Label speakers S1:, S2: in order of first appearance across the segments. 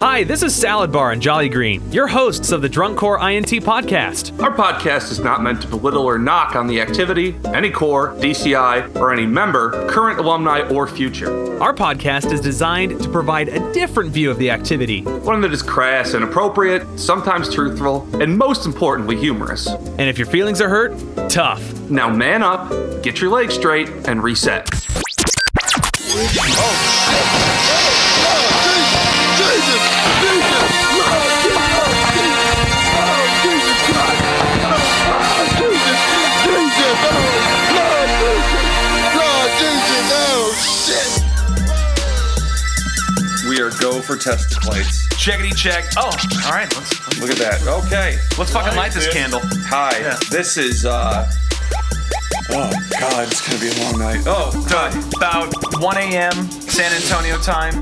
S1: Hi, this is Salad Bar and Jolly Green, your hosts of the Drunk Core INT podcast.
S2: Our podcast is not meant to belittle or knock on the activity, any core, DCI, or any member, current alumni, or future.
S1: Our podcast is designed to provide a different view of the activity.
S2: One that is crass and appropriate, sometimes truthful, and most importantly, humorous.
S1: And if your feelings are hurt, tough.
S2: Now man up, get your legs straight, and reset.
S3: We are go for test plates.
S4: Checkity check. Oh, all right. Let's let's,
S3: Look at that. Okay.
S4: let's fucking light this candle.
S3: Hi.
S4: Yeah.
S3: This is uh Oh god, it's gonna be a long night. Oh
S4: Uh, about 1 a.m. San Antonio time.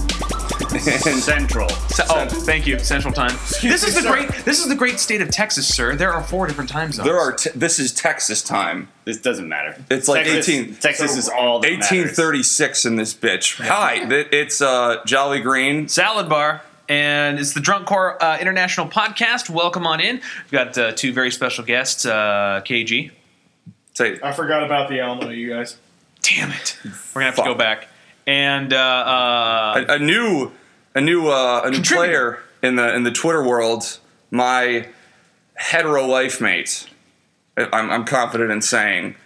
S5: Central.
S4: So, oh, thank you. Central time. This is the
S3: me, sir.
S4: great. This is the great state of Texas, sir. There are four different time zones.
S3: there are t- this is Texas time.
S5: This doesn't matter.
S3: It's like
S5: Texas,
S3: 18
S5: Texas is all that matters.
S3: 1836 in this bitch. Hi, th- it's uh Jolly Green.
S4: salad bar. And it's the Drunk Core uh, International Podcast. Welcome on in. We've got uh, two very special guests, uh, KG.
S3: Say
S6: I forgot about the Alamo, you guys.
S4: Damn it. We're going to have to
S3: Fuck.
S4: go back. And uh, uh,
S3: a, a new a new uh, a new
S4: Contributor.
S3: player in the in the Twitter world, my hetero life mate. I'm, I'm confident in saying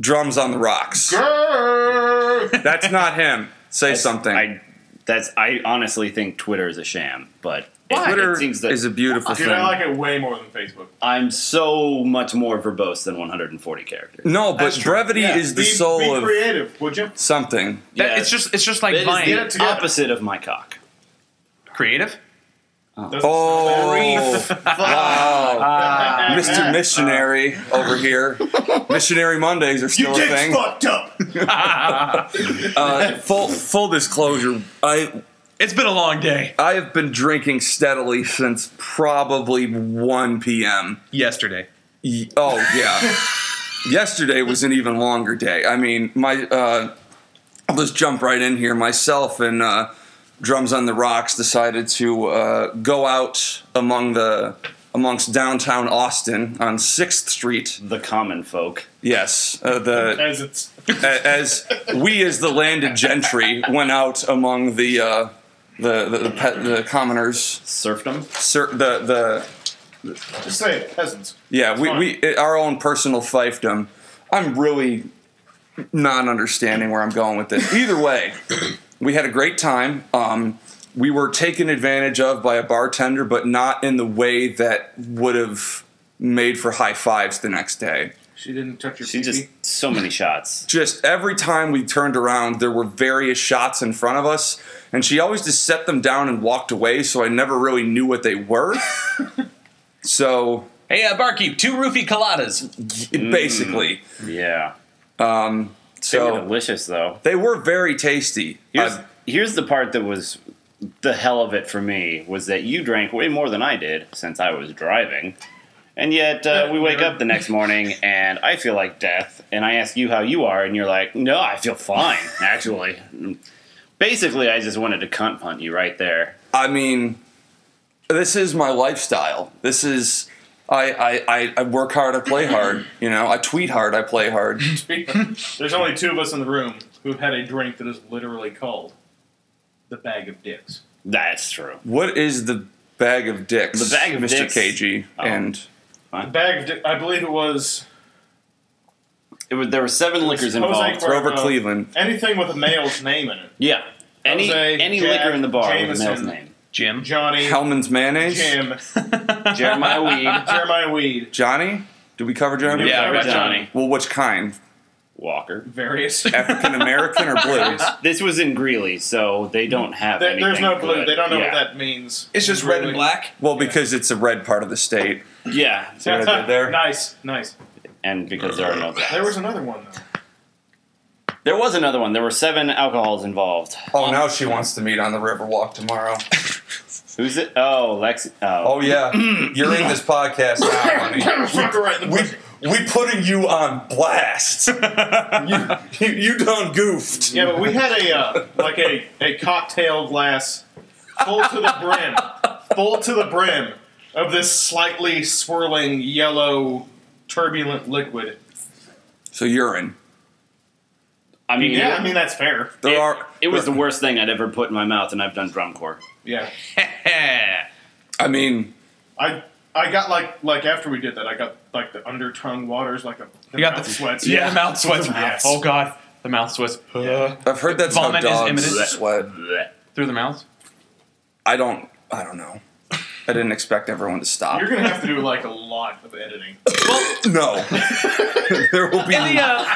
S3: drums on the rocks. That's not him. Say something.
S5: I that's I honestly think Twitter is a sham, but it,
S3: Twitter
S5: it seems that
S3: is a beautiful
S6: Dude,
S3: thing.
S6: I like it way more than Facebook.
S5: I'm so much more verbose than 140 characters.
S3: no, but brevity
S6: Yeah,
S3: is the
S6: be,
S3: soul
S6: be
S3: of
S6: creative, would you?
S3: something.
S4: that,
S5: Yeah.
S4: Uh, it's just it's just like
S5: It is
S4: Vine.
S6: Yeah.
S5: the opposite of my cock.
S4: Creative?
S6: Doesn't
S3: Oh, wow.
S6: sound bad.
S3: Mr. Missionary over here. Missionary Mondays are still a thing.
S6: fucked up.
S3: Uh, full full disclosure, I
S4: It's been a long day.
S3: I have been drinking steadily since probably 1 p.m.
S4: Yesterday.
S3: Y- Oh yeah. Yesterday was an even longer day. I mean, my uh, I'll just jump right in here. Myself and uh, Drums on the Rocks decided to uh, go out among the amongst downtown Austin on Sixth Street.
S5: The common folk.
S3: Yes, uh, the
S6: As it's
S3: a- as we as the landed gentry went out among the uh, the the, the, pe- the commoners,
S5: Serfdom.
S3: sir, the the
S6: just say it, peasants.
S3: Yeah, we,
S6: fine.
S3: we it, our own personal fiefdom. I'm really not understanding where I'm going with this. Either way, we had a great time. Um, we were taken advantage of by a bartender, but not in the way that would have made for high fives the next day.
S6: She didn't touch your
S5: She just so many shots.
S3: Just every time we turned around, there were various shots in front of us, and she always just set them down and walked away, so I never really knew what they were. so
S4: Hey, uh, barkeep, two roofie coladas.
S3: it, basically,
S5: Yeah. They were
S3: so
S5: delicious though.
S3: They were very tasty.
S5: Here's,
S3: Uh,
S5: here's the part that was the hell of it for me was that you drank way more than I did since I was driving. And yet uh, we wake up the next morning and I feel like death. And I ask you how you are, and you're like, "No, I feel fine, actually." Basically, I just wanted to cunt punt you right there.
S3: I mean, this is my lifestyle. This is I, I, I, I work hard, I play hard. You know, I tweet hard, I play hard.
S6: There's only two of us in the room who've had a drink that is literally called the bag of dicks.
S5: That's true.
S3: What is the bag of dicks?
S5: The bag of
S3: Mr.
S5: dicks.
S3: KG
S5: Oh.
S3: and
S6: The bag of di- I believe it was
S5: It was, there were seven liquors
S6: Jose
S5: involved.
S6: Cuervo.
S3: Grover Cleveland.
S6: Anything with a male's name in it.
S5: Yeah, any
S6: Jose,
S5: any
S6: Jack,
S5: liquor in the bar with a male's
S6: Jameson.
S5: name.
S4: Jim.
S6: Johnny,
S3: Hellman's mayonnaise.
S6: Jim,
S5: Jeremiah Weed.
S6: Jeremiah Weed,
S3: Johnny? Did we cover Johnny?
S4: Yeah,
S6: Johnny.
S5: Johnny
S3: Well, which kind?
S5: Walker.
S6: various.
S3: African American or blue?
S5: This was in Greeley, so they don't have
S6: There-
S5: anything.
S6: there's no blue.
S5: good.
S6: They don't know
S5: Yeah.
S6: what that means. Really.
S4: black.
S3: Well, because it's a red part of the state.
S5: Yeah,
S3: See what I did there?
S6: nice, nice.
S5: and because there are no blacks.
S6: There was another one though.
S5: There was another one. There were seven alcohols involved.
S3: Oh, now she wants to meet on the Riverwalk tomorrow.
S5: Who's it? Oh, Lex. Oh,
S3: Oh yeah, you're in this podcast now, honey.
S6: right in the
S3: We we putting you on blast. you, you you done goofed.
S6: Yeah, but we had a uh, like a, a cocktail glass full to the brim, full to the brim of this slightly swirling yellow turbulent liquid.
S7: So urine.
S5: I mean,
S6: Yeah, I mean that's fair.
S7: There
S5: it,
S7: are.
S5: it was the worst thing I'd ever put in my mouth, and I've done drum corps.
S6: Yeah,
S7: I mean,
S6: I I got like like after we did that, I got like the undertongue waters, like a the
S4: You got
S6: mouth
S4: the
S6: sweats.
S4: Yeah, the mouth sweats.
S6: Yes.
S4: Oh god, the mouth sweats Uh,
S7: I've heard that's
S4: Vomit is
S7: how dogs
S4: imminent.
S7: sweat.
S5: Blech.
S4: through the mouth.
S7: I don't. I don't know. I didn't expect everyone to stop.
S6: You're gonna have to do like a lot of editing.
S7: no. there will be.
S4: In the, uh,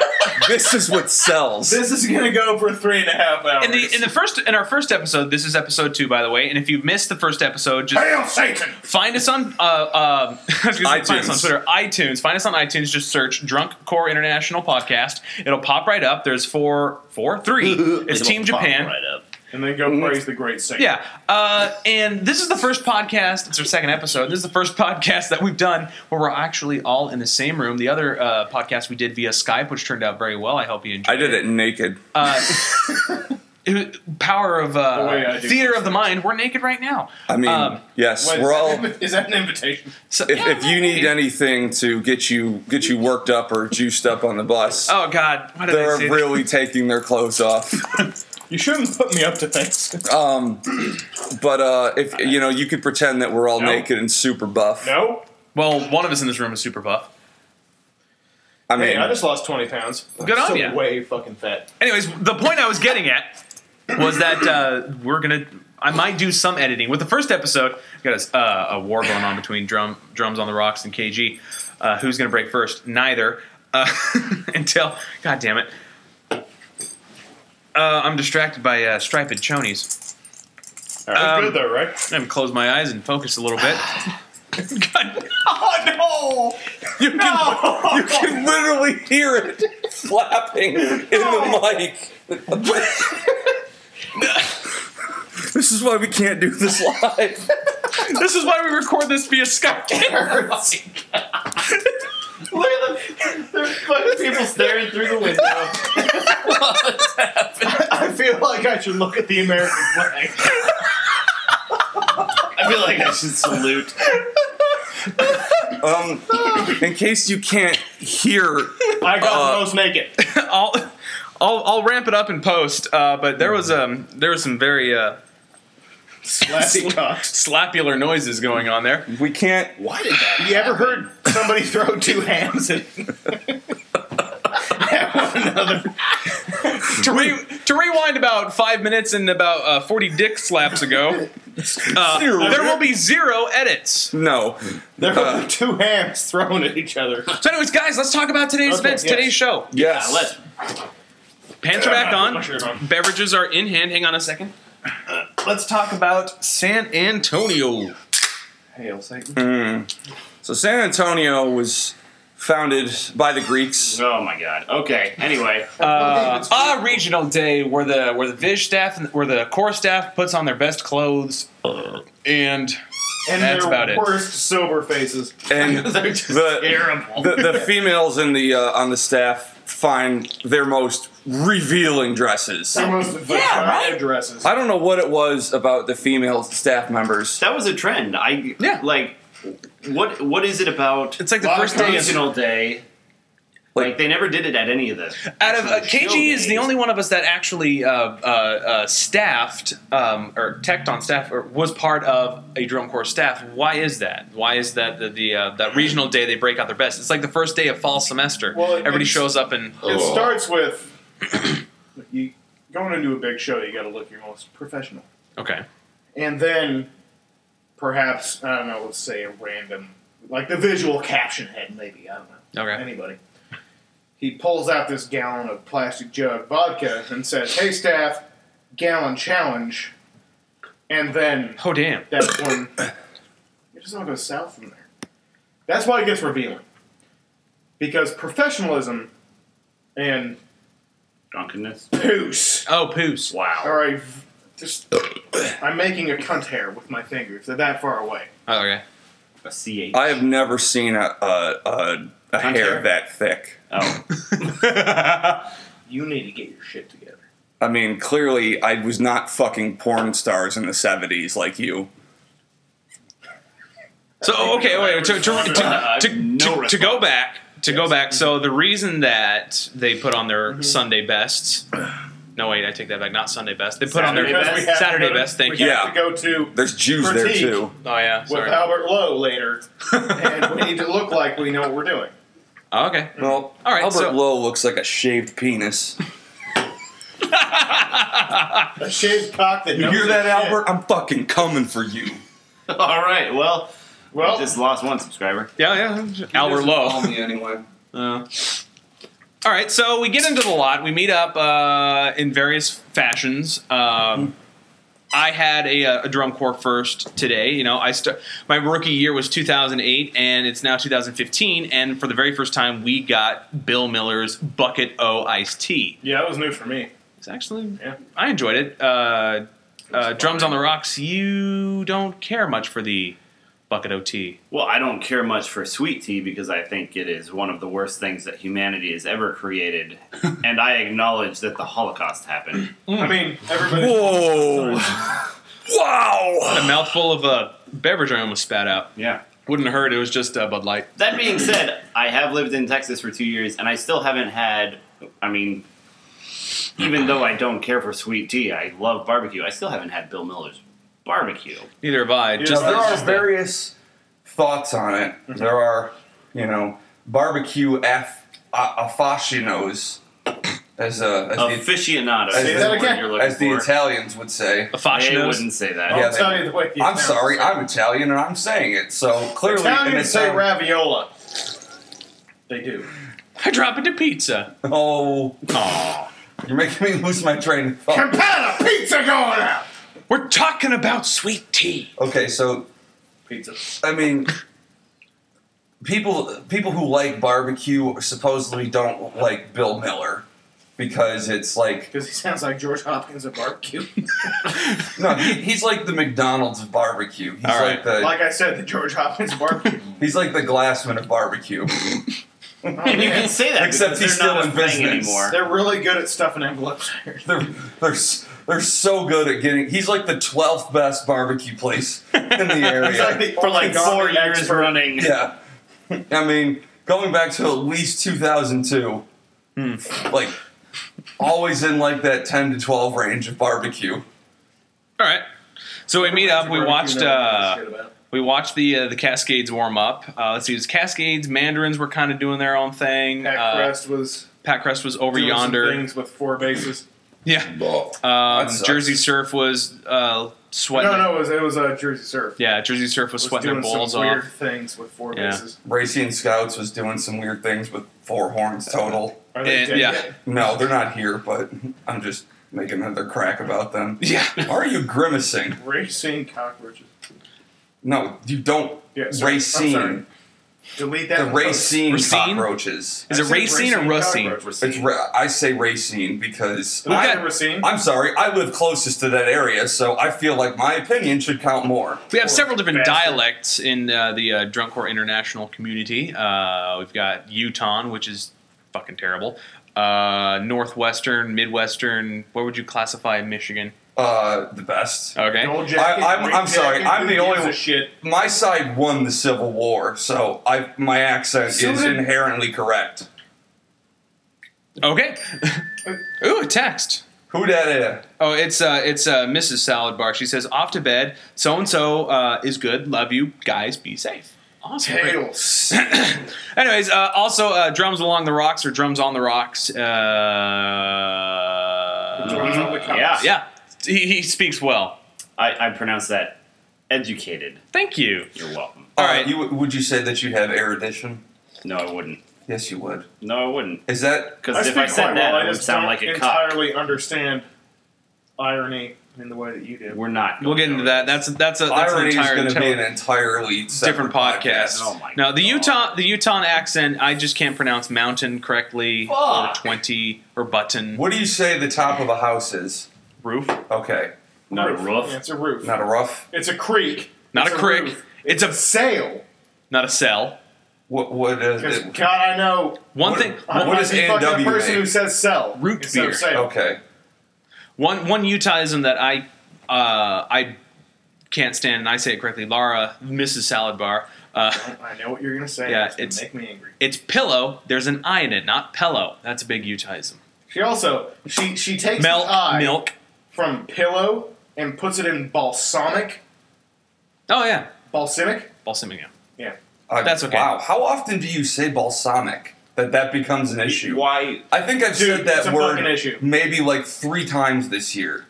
S7: This is what sells.
S6: This is gonna go for three and a half hours.
S4: in the in the first in our first episode, this is episode two, by the way. And if you missed the first episode, just
S6: Hail Satan!
S4: Find us on uh, uh, I was gonna say find us on
S7: iTunes.
S4: Twitter, iTunes. Find us on iTunes. Just search Drunk Core International Podcast. It'll pop right up. There's four, four, three. It's
S5: It'll
S4: Team
S5: pop
S4: Japan.
S5: Right up.
S6: And then go praise the great Satan.
S4: Yeah, uh, and this is the first podcast. It's our second episode. This is the first podcast that we've done where we're actually all in the same room. The other uh, podcast we did via Skype, which turned out very well. I hope you enjoyed.
S7: I did it naked.
S4: it. Power of uh,
S6: The way I do
S4: theater of the mind. We're naked right now.
S7: I mean,
S4: um,
S7: yes,
S6: Uh, What, is,
S7: we're
S6: that
S7: all.
S6: an invi- is that an invitation?
S4: So,
S7: If,
S4: yeah,
S7: if you need anything to get you get you worked up or juiced up on the bus,
S4: Oh God! Why did I
S7: they're
S4: say that?
S7: really taking their clothes off.
S6: You shouldn't put me up to things.
S7: But uh, if you know, you could pretend that we're all
S6: No.
S7: naked and super buff.
S6: No.
S4: Well, one of us in this room is super buff.
S7: I mean,
S6: Hey, I just lost 20 pounds.
S4: Good on
S6: Still
S4: ya.
S6: way fucking fat.
S4: Anyways, the point I was getting at was that uh, we're gonna. I might do some editing with the first episode. Got a, uh, a war going on between drum drums on the rocks and KG. Uh, who's gonna break first? Neither. Uh, until God damn it. Uh, I'm distracted by uh, striped chonies.
S6: That's
S4: Um,
S6: good though, right?
S4: I'm gonna close my eyes and focus a little bit. God,
S6: Oh
S7: you can
S6: no!
S7: you can literally hear it flapping in the mic. this is why we can't do this live.
S4: this is why we record this via Skype.
S5: Look at them. There's fucking people staring through the window.
S6: I feel like I should look at the American flag.
S5: I feel like I should salute.
S7: Um, in case you can't hear
S6: I got the most naked.
S4: I'll, I'll I'll ramp it up in post. Uh, but there was um there was some very uh,
S6: Slappy cocks.
S4: slapular noises going on there.
S7: We can't.
S6: Why did that? You ever heard somebody throw two hams at
S4: to, re- to rewind about five minutes and about uh, 40 dick slaps ago, uh, there will be zero edits.
S7: No.
S6: There
S7: Uh,
S6: were two hams thrown at each other.
S4: So, anyways, guys, let's talk about today's
S6: Okay,
S4: events,
S6: yes.
S4: today's show.
S7: Yes.
S5: Let's.
S4: Pants are back
S6: My
S4: on,
S6: shirt on.
S4: beverages are in hand. Hang on a second. Uh, Let's talk about San Antonio.
S6: Hail Satan.
S7: so San Antonio was founded by the Greeks.
S5: Oh my god. Okay. Anyway,
S4: Uh, a regional day where the where the Viz staff and where the core staff puts on their best clothes Uh, and
S6: and
S4: That's
S6: their
S4: about it.
S6: worst sober faces.
S7: And
S6: They're just
S7: The-
S6: terrible.
S7: the, the females in the uh, on the staff find their most revealing dresses.
S6: They're most yeah, right? dresses.
S7: I don't know what it was about the female staff members.
S5: that was a trend. I
S4: Yeah.
S5: Like, what what is it about?
S4: it's like the
S6: Lot of
S4: first day is
S5: Regional day. Like they never did it at any of the.
S4: out of uh,
S5: actual
S4: KG is the
S5: days.
S4: only one of us that actually uh, uh, uh, staffed um, or teched on staff or was part of a drum corps staff. Why is that? Why is that the, the uh, that regional day they break out their best? It's like the first day of fall semester.
S6: Well, it-
S4: Everybody
S6: it's-
S4: shows up and
S6: It starts with you going into a big show. You got to look your most professional,
S4: okay,
S6: and then perhaps I don't know. Let's say a random, like the visual caption head, maybe I don't know.
S4: Okay.
S6: anybody. He pulls out this gallon of plastic jug vodka and says, "Hey staff, gallon challenge," and then
S4: oh damn,
S6: that's when it just all goes south from there. That's why it gets revealing. Because professionalism and
S5: drunkenness.
S6: poos
S4: oh poos,
S5: Wow.
S6: are a v- just. I'm making a cunt hair with my fingers. They're that far away.
S4: oh, okay,
S5: A ch.
S7: I have never seen a a, a, a hair
S5: hair?
S7: that thick.
S5: oh.
S6: You need to get your shit together.
S7: I mean, clearly, I was not fucking porn stars in the '70s like you.
S8: So okay, wait. To, to, to,
S5: I've
S8: to,
S5: no
S8: to- to go back, to go back. So the reason that they put
S6: Mm-hmm.
S8: on their Sunday bests. No wait, I take that back. Not Sunday best. They put on their
S5: Saturday
S6: Because
S5: best.
S6: we have to
S8: Saturday
S6: go to-
S8: best, thank
S6: we
S8: you.
S6: have to go to
S7: There's Jews
S6: Critique.
S7: there too.
S8: Oh yeah.
S6: with
S8: Sorry.
S6: Albert Lowe later, and we need to look like we know what we're doing.
S8: Oh, okay.
S7: Well,
S8: All right,
S7: Albert
S8: so-
S7: Lowe looks like a shaved penis.
S6: A shaved cock that
S7: You
S6: knows
S7: hear
S6: his
S7: that,
S6: shit.
S7: Albert? I'm fucking coming for you.
S5: All right. Well,
S6: Well,
S5: just lost one subscriber.
S8: Yeah, yeah. Albert Lowe.
S7: Call me anyway.
S8: Uh, all right, so we get into the lot. We meet up uh, in various fashions. Um, I had a, uh, a drum corps first today. You know, I st- my rookie year was 2008, and it's now 2015. And for the very first time, we got Bill Miller's Bucket O Iced Tea.
S6: yeah, that was new for me.
S8: It's actually,
S6: Yeah.
S8: I enjoyed it. Uh, uh, Drums on the Rocks. You don't care much for the Bucket O Tea.
S5: Well, I don't care much for sweet tea because I think it is one of the worst things that humanity has ever created, and I acknowledge that the Holocaust happened.
S8: Hmm.
S6: I mean, everybody.
S7: Whoa! wow!
S8: A mouthful of a beverage I almost spat out.
S5: Yeah.
S8: Wouldn't have hurt. It was just uh, Bud Light.
S5: That being said, I have lived in Texas for two years, and I still haven't had. I mean, even though I don't care for sweet tea, I love barbecue. I still haven't had Bill Miller's barbecue.
S8: Neither have I. Just Mm-hmm.
S7: Now, there
S6: that's
S7: are
S6: just the-
S7: various thoughts on it. There are, you know, barbecue af- a- aficionados, as, uh, as, the,
S5: Aficionado.
S7: Say
S5: is
S6: that
S5: the word
S6: again.
S5: you're looking
S7: as the
S5: for.
S7: Italians would say.
S8: a
S5: I
S8: Fashionos.
S5: wouldn't say that.
S7: Yeah,
S6: I'll tell you the way. you
S7: I'm
S6: sound.
S7: sorry, I'm Italian and I'm saying it. So clearly, and
S6: Italians
S7: it's
S6: say
S7: not-
S6: raviola. They do.
S8: I drop into pizza.
S7: Oh,
S8: Aw.
S7: you're making me lose my train of thought.
S6: Campana pizza going out.
S8: We're talking about sweet tea.
S7: Okay, so
S6: Pizza.
S7: I mean, people people who like barbecue supposedly don't like Bill Miller because it's like
S6: Because he sounds like George Hopkins at barbecue.
S7: no, he, he's like the McDonald's of barbecue. He's
S8: All right.
S7: like the
S6: like I said, the George Hopkins of barbecue.
S7: he's like the Glassman of barbecue.
S6: Oh,
S5: And you
S6: man.
S5: can say that
S7: Except
S5: because
S7: he's
S5: they're
S7: still
S5: not
S7: in
S5: a thing
S7: business.
S5: anymore.
S6: They're really good at stuffing envelopes.
S7: they're they're s- they're so good at getting. He's like the twelfth best barbecue place in the
S6: He's like
S7: area.
S6: the
S5: for like
S6: origami
S5: four years
S6: expert.
S5: running.
S7: yeah, I mean, going back to at least two thousand two,
S8: Hmm.
S7: like always in like that ten to twelve range of barbecue.
S8: All right. So we meet up. We
S6: Barbecue
S8: watched.
S6: no one gives a
S8: Uh,
S6: shit about.
S8: we watched the uh, the Cascades warm up. Uh, let's see. It was Cascades. Mandarins were kind of doing their own thing.
S6: Pat
S8: Uh,
S6: Crest was
S8: Pat Crest was over
S6: doing some
S8: yonder.
S6: things with four bases.
S8: Yeah.
S7: That
S8: Um,
S7: sucks.
S8: Jersey Surf was uh, sweating.
S6: No, no, it was it was uh, Jersey Surf.
S8: Yeah, Jersey Surf was,
S6: was
S8: sweating
S6: doing
S8: their balls
S6: some
S8: off.
S6: weird things with four
S8: Yeah.
S6: bases.
S7: Racing Scouts was doing some weird things with four horns total.
S6: Are they
S8: And-
S6: dead
S8: yeah.
S6: yet?
S7: No, they're not here, but I'm just making another crack about them.
S8: Yeah.
S7: Why are you grimacing?
S6: Racing cockroaches.
S7: No, you don't.
S6: Yeah, sorry. I'm sorry.
S7: Racine.
S6: Delete that.
S7: The
S6: post.
S7: Racine,
S8: Racine?
S7: cockroaches.
S8: Is
S6: I
S8: it
S6: said
S8: Racine or Racine?
S6: cockroach.
S7: It's ra- I say Racine because
S6: Did I
S7: I,
S6: say Racine?
S7: I'm sorry. I live closest to that area, so I feel like my opinion should count more.
S8: We have several different
S6: Bastard.
S8: dialects in uh, the uh, Drunkcore International community. Uh, we've got Utah, which is fucking terrible. Uh, Northwestern, Midwestern. Where would you classify Michigan?
S7: Uh, the best.
S8: Okay.
S6: Gold jacket,
S7: I- I'm-
S6: green
S7: I'm sorry,
S6: jacket,
S7: I'm
S6: who
S7: the only
S6: gives a
S7: one-
S6: shit.
S7: My side won the Civil War, so I my accent
S6: So
S7: is
S6: did-
S7: inherently correct.
S8: Okay. Ooh, a text.
S7: Who dat is?
S8: Oh, it's uh, it's uh, Mrs. Salad Bar. She says, "Off to bed. So and so is good. Love you guys. Be safe." Awesome.
S6: Tails.
S8: Anyways, uh, also uh, drums along the rocks or drums on the rocks. Uh,
S6: Joins all the cops.
S5: yeah.
S8: yeah, he, he speaks well.
S5: I, I pronounce that educated.
S8: Thank you.
S5: You're welcome.
S8: All
S7: Uh,
S8: right.
S7: you, would you say that you have erudition?
S5: No, I wouldn't.
S7: Yes, you would.
S5: No, I wouldn't.
S7: Is that
S6: I
S5: Because if
S6: speak
S5: I
S6: quite
S5: said that,
S6: well.
S5: I
S6: I
S5: would
S6: just
S5: sound
S6: don't
S5: like a cock.
S6: entirely understand irony in the way that you do.
S5: We're not.
S8: We'll get into that. That's that's a that's an
S7: irony is
S8: entire
S7: going to be
S8: tele-
S7: an entirely separate
S8: different podcast.
S5: Oh my
S8: now the
S5: God.
S8: Utah the Utah accent, I just can't pronounce mountain correctly or
S5: Fuck.
S8: twenty or button
S7: What do you say the top of a house is?
S8: roof.
S7: Okay,
S5: Not a roof.
S6: Yeah, it's a roof.
S7: not a rough.
S6: It's a creek.
S8: Not
S6: It's
S8: a crick.
S6: roof.
S8: It's a
S6: Sail.
S8: not a cell.
S7: What what is
S6: Because
S7: it?
S6: God, I know.
S8: One
S7: What-
S8: thing.
S6: I
S7: what
S6: might
S7: is
S6: be fucking
S7: A&W
S6: the person
S7: make?
S6: who says sell
S8: Root
S7: Oh.
S6: instead
S8: beer.
S6: Of sail.
S7: Okay,
S8: One one Utahism that I uh, I can't stand, and I say it correctly. Lara, Mrs. Salad Bar. Uh,
S6: I know what you're gonna say.
S8: Yeah,
S6: it's gonna
S8: it's-
S6: make me angry.
S8: it's pillow. There's an I in it, not pillow. That's a big Utahism.
S6: She also she she takes
S8: Milk,
S6: the eye
S8: milk.
S6: from pillow and puts it in balsamic.
S8: Oh yeah,
S6: Balsamic.
S8: balsamic. yeah.
S6: Yeah.
S7: I-
S8: That's okay.
S7: Wow, how often do you say balsamic that that becomes an issue?
S3: Why?
S7: I think I've
S6: Dude,
S7: said
S6: it's a
S7: that word
S6: fucking issue.
S7: maybe like three times this year.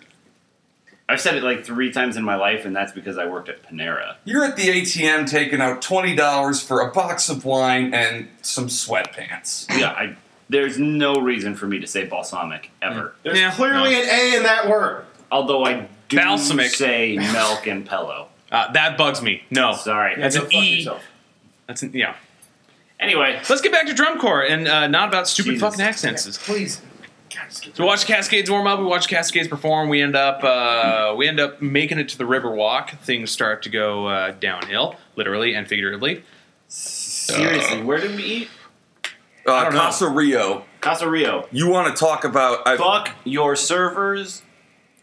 S5: I've said it like three times in my life, and that's because I worked at Panera.
S7: You're at the ATM taking out twenty dollars for a box of wine and some sweatpants.
S5: Yeah, I, there's no reason for me to say balsamic ever.
S6: There's
S8: Yeah.
S6: clearly
S5: No.
S6: an A in that word.
S5: Although I do
S8: Balsamic.
S5: say milk and pillow.
S8: Uh, that bugs me. No,
S5: Sorry.
S8: That's
S6: Oh. go
S8: an
S6: fuck
S8: E.
S6: yourself.
S8: that's an, yeah.
S5: Anyway,
S8: Let's get back to drum corps and uh, not about stupid
S5: Jesus.
S8: fucking accents.
S6: Yeah, please. God, just get-
S8: So we watch Cascades warm up. We watch Cascades perform. We end up uh, we end up making it to the River Walk. Things start to go uh, downhill, literally and figuratively.
S5: seriously, where did we eat?
S7: Uh,
S8: don't know.
S7: Casa Rio.
S5: Casa Rio.
S7: You want to talk about? I,
S5: Fuck your servers.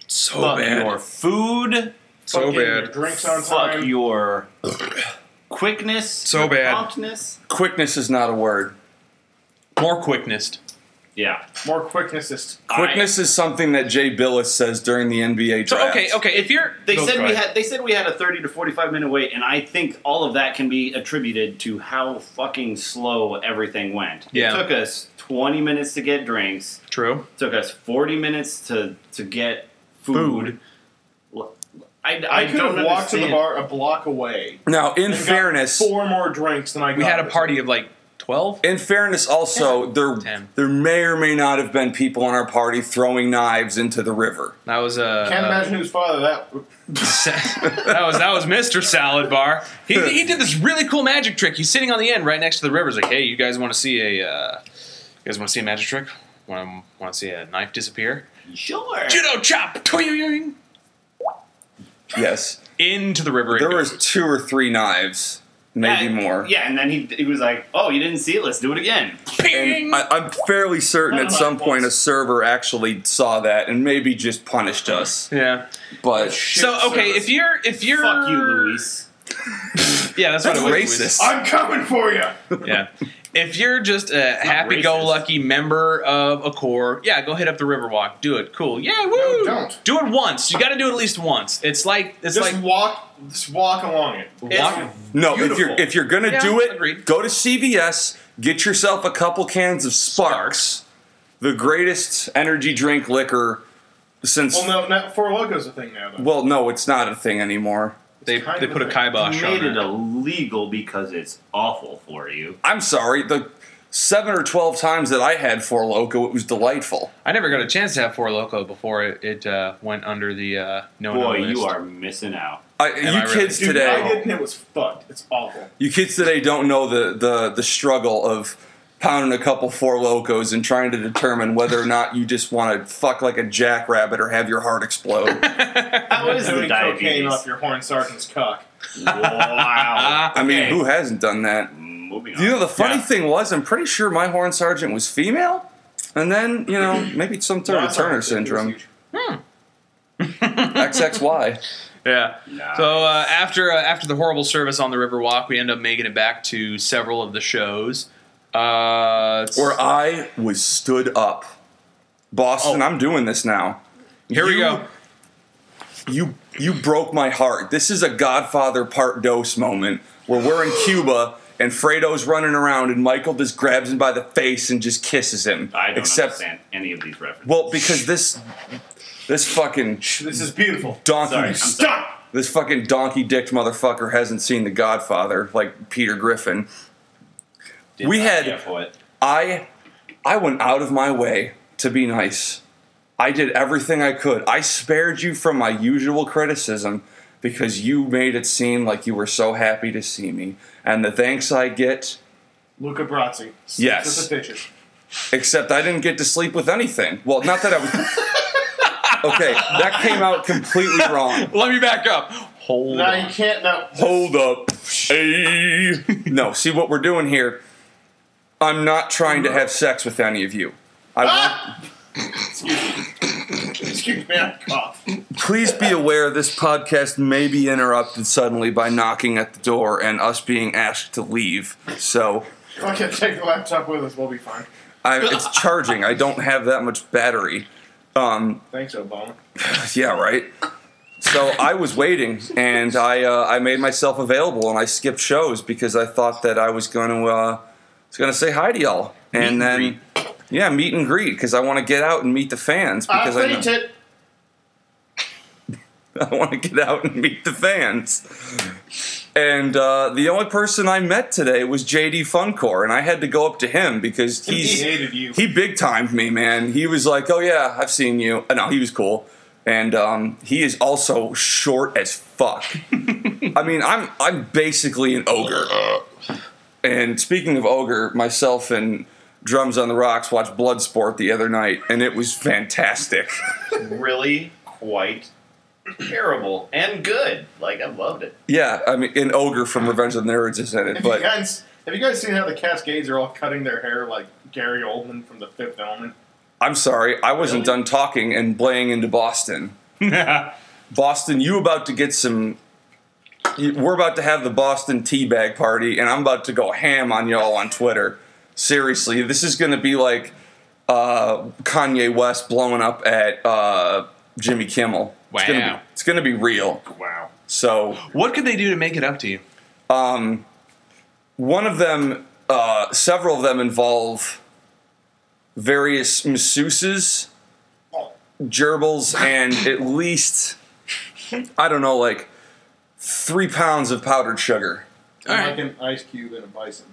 S7: so
S5: fuck
S7: bad.
S5: your food.
S6: Fucking
S7: bad.
S6: your Drinks on
S5: fuck
S6: time.
S5: your quickness. So
S7: bad.
S5: Promptness.
S7: Quickness is not a word.
S8: More quickness.
S5: Yeah.
S6: More quickness is
S7: Quickness is something that Jay Billis says during the NBA
S8: So
S7: draft.
S8: okay, okay. If you're
S5: They
S8: Go-
S5: said
S8: go
S5: we
S8: ahead.
S5: had. They said we had a thirty to forty-five minute wait, and I think all of that can be attributed to how fucking slow everything went.
S8: Yeah.
S5: It took us twenty minutes to get drinks.
S8: true.
S5: took us 40 minutes to to get food. L- I,
S6: I, could
S5: don't
S6: have walked to the
S5: understand.
S6: bar a block away.
S7: Now, in
S6: and got
S7: fairness,
S6: four more drinks than I got.
S8: We had a party of like twelve.
S7: in fairness, also there
S8: Ten.
S7: there may or may not have been people in our party throwing knives into the river.
S8: That was uh,
S6: Can't imagine whose father that.
S8: that was that was Mr. Salad Bar. He, he did this really cool magic trick. He's sitting on the end right next to the river. He's like, hey, you guys want to see a uh, you guys want to see a magic trick? Want to want to see a knife disappear?
S5: Sure.
S8: Judo chop. Toing.
S7: Yes,
S8: Into the river. it
S7: there
S8: goes.
S7: was two or three knives, maybe
S5: And-
S7: more.
S5: Yeah, and then he, he was like, "Oh, you didn't see it? Let's do it again."
S7: And I, I'm fairly certain
S5: None
S7: at
S5: of
S7: some
S5: that
S7: point a
S5: was-
S7: server actually saw that and maybe just punished us.
S8: yeah.
S7: But
S8: So okay, if you're if you're
S5: Fuck you, Luis.
S8: Yeah, that's,
S7: that's
S8: what it was.
S7: racist.
S6: I'm coming for you.
S8: Luis. Yeah. If you're just a happy-go-lucky member of a core, yeah, go hit up the Riverwalk. Do it. Cool. Yeah, woo.
S6: don't.
S8: Do it once. You got to do it at least once. It's like it's
S6: Just
S8: like
S6: walk. Just walk along it.
S8: it's-
S7: No, if
S6: Beautiful.
S7: you're if you're gonna
S8: Yeah,
S7: do it,
S8: agreed.
S7: go to CVS, get yourself a couple cans of Sparks, the greatest energy drink liquor since.
S6: Well, no, not four locos a thing now. Though.
S7: well, no, it's not a thing anymore.
S8: They,
S6: kind
S8: they
S6: of
S8: put a
S6: a-
S8: kibosh
S5: Made
S8: on
S5: it
S8: it.
S5: illegal because it's awful for you.
S7: I'm sorry. The seven or twelve times that I had Four Loco, it was delightful.
S8: I never got a chance to have Four Loco before it, it uh, went under the uh, no
S5: Boy,
S8: no list.
S5: you are missing out.
S7: I,
S8: I
S7: you
S8: really?
S7: kids
S6: Dude, I
S7: today,
S6: did, and it was fucked. It's awful.
S7: you kids today don't know the the the struggle of pounding a couple Four Locos and trying to determine whether or not you just want to fuck like a jackrabbit or have your heart explode.
S5: How is the
S6: Doing cocaine
S5: diabetes?
S6: off your horn sergeant's cock.
S5: wow.
S7: I mean,
S5: Okay.
S7: who hasn't done that?
S5: Moving on.
S7: You know, the funny
S8: Yeah.
S7: thing was, I'm pretty sure my horn sergeant was female, and then you know maybe it's some sort of Turner syndrome, Hmm. XXY.
S8: Yeah.
S5: Nah.
S8: So uh, after uh, after the horrible service on the Riverwalk, we end up making it back to several of the shows. Uh, it's-
S7: Where I was stood up, Boston.
S8: Oh.
S7: I'm doing this now.
S8: here we
S7: you-
S8: go.
S7: You you broke my heart. This is a Godfather part dose moment where we're in Cuba. And Fredo's running around, and Michael just grabs him by the face and just kisses him.
S5: I don't
S7: Except,
S5: understand any of these references.
S7: well, because this, this fucking
S6: This is beautiful.
S7: donkey
S5: Sorry, I'm sorry.
S6: Stop.
S7: this fucking donkey dicked motherfucker hasn't seen The Godfather like Peter Griffin.
S5: Did
S7: we
S5: not
S7: had-
S5: care for it.
S7: I I went out of my way to be nice. I did everything I could. I spared you from my usual criticism because you made it seem like you were so happy to see me. And the thanks I get,
S6: Luca Brazzi. Sleeps
S7: Yes.
S6: With the bitches.
S7: except I didn't get to sleep with anything. Well, not that I was Okay, that came out completely wrong.
S8: Let me back up. Hold
S6: Now
S8: on.
S6: you can't. Now
S7: Hold up. Hey. No, see what we're doing here. I'm not trying to have sex with any of you. I want,
S6: Excuse me, I cough.
S7: Please be aware this podcast may be interrupted suddenly by knocking at the door and us being asked to leave. So
S6: I can take the laptop with us. We'll be fine.
S7: I, it's charging. I don't have that much battery. Um,
S6: Thanks, Obama.
S7: yeah, right. So I was waiting, and I uh, I made myself available, and I skipped shows because I thought that I was going to uh, was going to say hi to y'all, and then yeah, meet and greet because I want to get out and meet the fans
S6: I
S7: because I, know-
S6: think it.
S7: I want to get out and meet the fans. And uh, the only person I met today was JD Funcore, and I had to go up to him because he's
S6: He hated you.
S7: He big timed me, man. He was like, "Oh yeah, I've seen you." Uh, no, he was cool, and um, he is also short as fuck. I mean, I'm I'm basically an ogre. And speaking of ogre, myself and Drums on the Rocks watched Bloodsport the other night, and it was fantastic.
S5: really quite terrible and good. Like I loved it.
S7: yeah, I mean, an ogre from Revenge of the Nerds is in it,
S6: Have
S7: but
S6: you guys have you guys seen how the Cascades are all cutting their hair like Gary Oldman from The Fifth Element?
S7: I'm sorry, I wasn't done talking and blaying into Boston. Boston, you about to get some. you- We're about to have the Boston teabag party, and I'm about to go ham on y'all on Twitter. Seriously, this is going to be like uh, Kanye West blowing up at uh, Jimmy Kimmel. It's gonna
S8: Wow.
S7: be- It's going to be real.
S6: Wow.
S7: So
S8: What could they do to make it up to you?
S7: one of them, uh, several of them involve various masseuses, gerbils, and at least, I don't know, like three pounds of powdered sugar.
S6: Like an ice cube and a bison.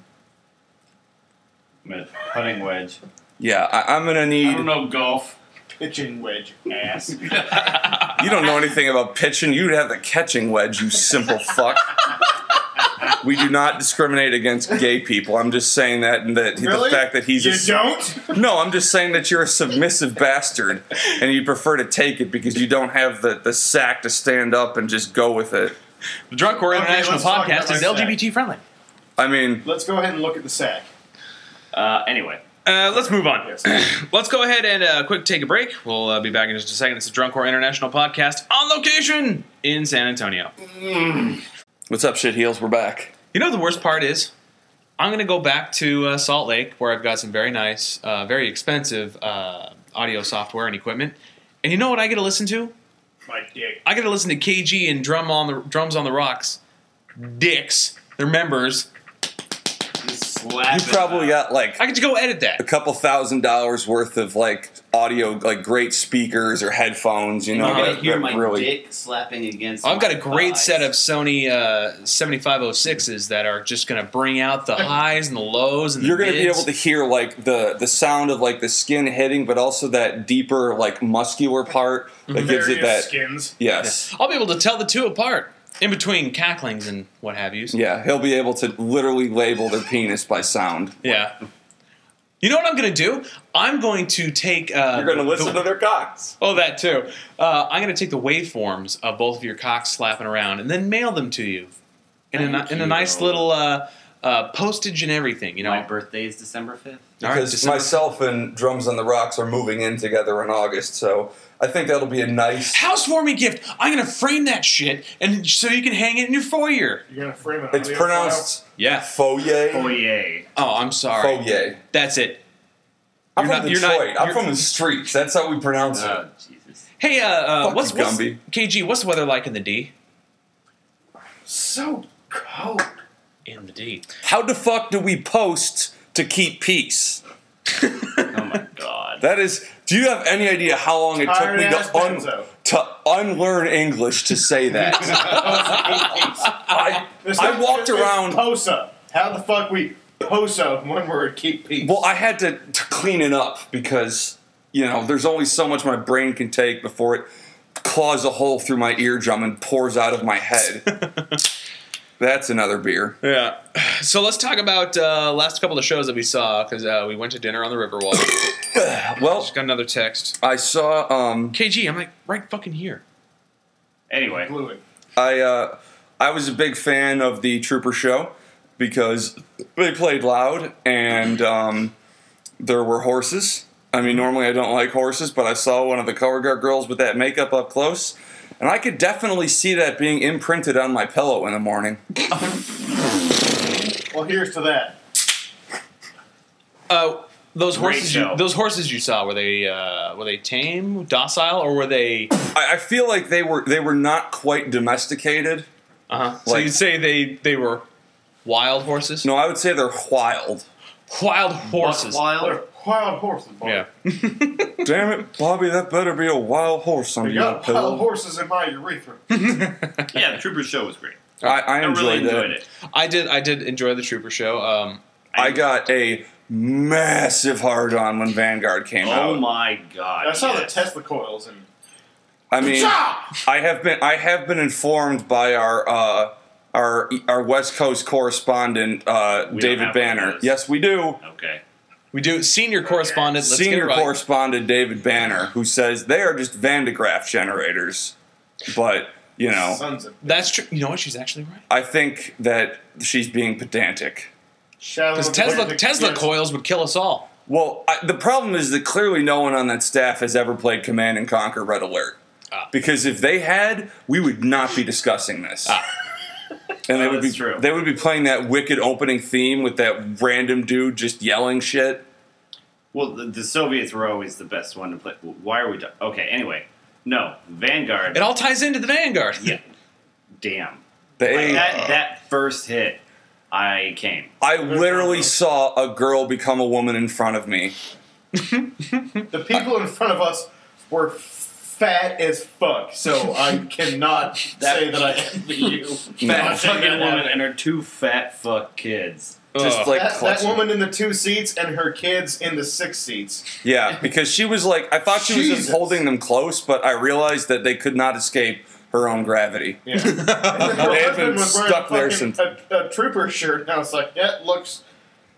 S5: Putting wedge.
S7: Yeah, I, I'm gonna need.
S5: I don't know golf.
S6: Pitching wedge.
S5: Ass.
S7: You don't know anything about pitching. You'd have the catching wedge, you simple fuck. We do not discriminate against gay people. I'm just saying that, and that
S6: Really?
S7: the fact that he's
S6: You
S7: a s-
S6: don't?
S7: No, I'm just saying that you're a submissive bastard and you prefer to take it because you don't have the, the sack to stand up and just go with it.
S8: The Drunk Core
S6: Okay,
S8: International
S6: let's talk
S8: podcast
S6: about
S8: is
S6: that.
S8: LGBT friendly.
S7: I mean,
S6: Let's go ahead and look at the sack.
S5: Uh, anyway,
S8: Uh, let's move on.
S6: Yes.
S8: Let's go ahead and uh, quick take a break. We'll uh, be back in just a second. It's the Drunk Core International podcast on location in San Antonio.
S7: what's up, shit heels? We're back.
S8: You know what the worst part is? I'm gonna go back to uh, Salt Lake where I've got some very nice, uh, very expensive uh, audio software and equipment. And you know what I get to listen to?
S6: My dick.
S8: I get to listen to KG and Drum on the Drums on the Rocks, dicks, their members.
S7: You probably got like
S8: I get to go edit that.
S7: a couple thousand dollars worth of like audio, like great speakers or headphones, you know?
S5: I'm gonna
S7: that-
S5: hear
S7: that
S5: my
S7: really,
S5: dick slapping against.
S8: I've got a
S5: my
S8: great
S5: thighs.
S8: set of Sony uh, 7506s that are just going to bring out the highs and the lows and the
S7: You're going to be
S8: mids.
S7: able to hear like the, the sound of like the skin hitting, but also that deeper, like muscular part that gives
S6: Various
S7: it that.
S6: skins.
S7: Yes.
S8: I'll be able to tell the two apart in between cacklings and what have yous.
S7: Yeah, he'll be able to literally label their penis by sound.
S8: Yeah. You know what I'm going to do? I'm going to take. Uh,
S7: You're going to
S8: the-
S7: listen to their cocks.
S8: Oh, that too. Uh, I'm going to take the waveforms of both of your cocks slapping around and then mail them to you in a,
S5: Thank
S8: ni- in a
S5: you.
S8: nice little uh, uh, postage and everything. You know,
S5: My birthday is December fifth.
S8: All right,
S7: because
S8: December-
S7: myself and Drums on the Rocks are moving in together in August, so I think that'll be a nice.
S8: housewarming gift. I'm gonna frame that shit, and so you can hang it in your foyer.
S6: You're gonna frame it. on
S7: It's
S6: the
S7: pronounced
S8: Yeah.
S7: foyer.
S5: yay!
S8: Oh, I'm sorry.
S7: Foyer.
S8: That's it.
S7: I'm
S8: You're
S7: from
S8: not- you're not-
S7: Detroit. I'm
S8: you're-
S7: from the streets. That's how we pronounce it.
S5: Oh Jesus!
S8: Hey, uh, uh
S7: Fuck
S8: what's,
S7: you,
S8: what's
S7: Gumby.
S8: KG? What's the weather like in the D?
S6: So cold.
S8: In the D.
S7: How the fuck do we post to keep peace?
S5: Oh my God!
S7: That is. Do you have any idea how long it took me
S6: Tired-ass
S7: to, un-
S6: Benzo.
S7: to unlearn English to say that? I, I walked around.
S6: Posa. How the fuck we posa one word keep peace?
S7: Well, I had to, to clean it up because you know there's only so much my brain can take before it claws a hole through my eardrum and pours out of my head. That's another beer.
S8: Yeah. So let's talk about uh, last couple of shows that we saw because uh, we went to dinner on the Riverwalk.
S7: Well,
S8: Just got another text.
S7: I saw um,
S8: KG, I'm like right fucking here.
S5: Anyway,
S6: Blew it.
S7: I uh, I was a big fan of the Trooper show because they played loud and um, there were horses I mean, normally I don't like horses, but I saw one of the cover guard girls with that makeup up close, and I could definitely see that being imprinted on my pillow in the morning.
S6: Well, here's to that.
S8: Uh, those
S5: Great
S8: horses,
S5: show.
S8: you, those horses you saw were they uh, were they tame, docile, or were they? Uh
S7: I, I feel like they were they were not quite domesticated.
S8: huh. So
S7: Uh-huh. Like-
S8: you'd say they they were wild horses.
S7: No, I would say they're wild.
S8: wild horses.
S6: They're wild horses, boy.
S8: Yeah.
S7: Damn it, Bobby, that better be a wild horse on
S6: You
S7: your
S6: got wild
S7: pillow.
S6: horses in my urethra.
S5: Yeah, the Troopers show was great.
S7: I, I
S5: I
S7: enjoyed,
S5: really
S7: that.
S5: enjoyed it.
S8: I did. I did enjoy the Trooper show. Um,
S7: I got a massive hard on when Vanguard came
S5: Oh
S7: out.
S5: my god!
S6: I saw
S5: yes.
S6: the Tesla coils and.
S7: I mean,
S6: Cha!
S7: I have been I have been informed by our uh, our our West Coast correspondent uh,
S5: don't
S7: David
S5: have one of
S7: Banner.
S5: those.
S7: Yes, we do.
S5: Okay.
S8: we do senior correspondent. Let's get it
S7: Senior
S8: right.
S7: correspondent David Banner, who says they are just Van de Graaff generators. But you know,
S6: Sons of
S8: That's true. You know what? She's actually right.
S7: I think that she's being pedantic.
S6: shallow.
S8: Because Tesla
S6: Atlantic
S8: Tesla
S6: kids.
S8: coils would kill us all.
S7: Well, I, the problem is that clearly no one on that staff has ever played Command and Conquer Red Alert. Because if they had, we would not be discussing this. And they
S5: Oh,
S7: would be
S5: that's true.
S7: they would be playing that wicked opening theme with that random dude just yelling shit.
S5: Well, the, the Soviets were always the best one to play. Why are we? ta- okay. Anyway, no Vanguard.
S8: It all ties into the Vanguard.
S5: yeah. Damn.
S7: They,
S5: That that first hit, I came.
S7: I literally saw a girl become a woman in front of me.
S6: The people in front of us were fat as fuck, so I cannot say that I envy you.
S7: No.
S6: Fat
S5: Fucking woman and her two fat fuck kids.
S7: Just
S8: Ugh.
S7: like
S6: That, that
S7: clutching.
S6: woman in the two seats and her kids in the six seats.
S7: Yeah, because she was like, I thought she was just
S6: Jesus.
S7: holding them close, but I realized that they could not escape her own gravity.
S6: Yeah. And her
S7: They've
S6: husband
S7: been
S6: was wearing
S7: stuck there
S6: fucking
S7: since-
S6: a, a trooper shirt, and I was like, that looks.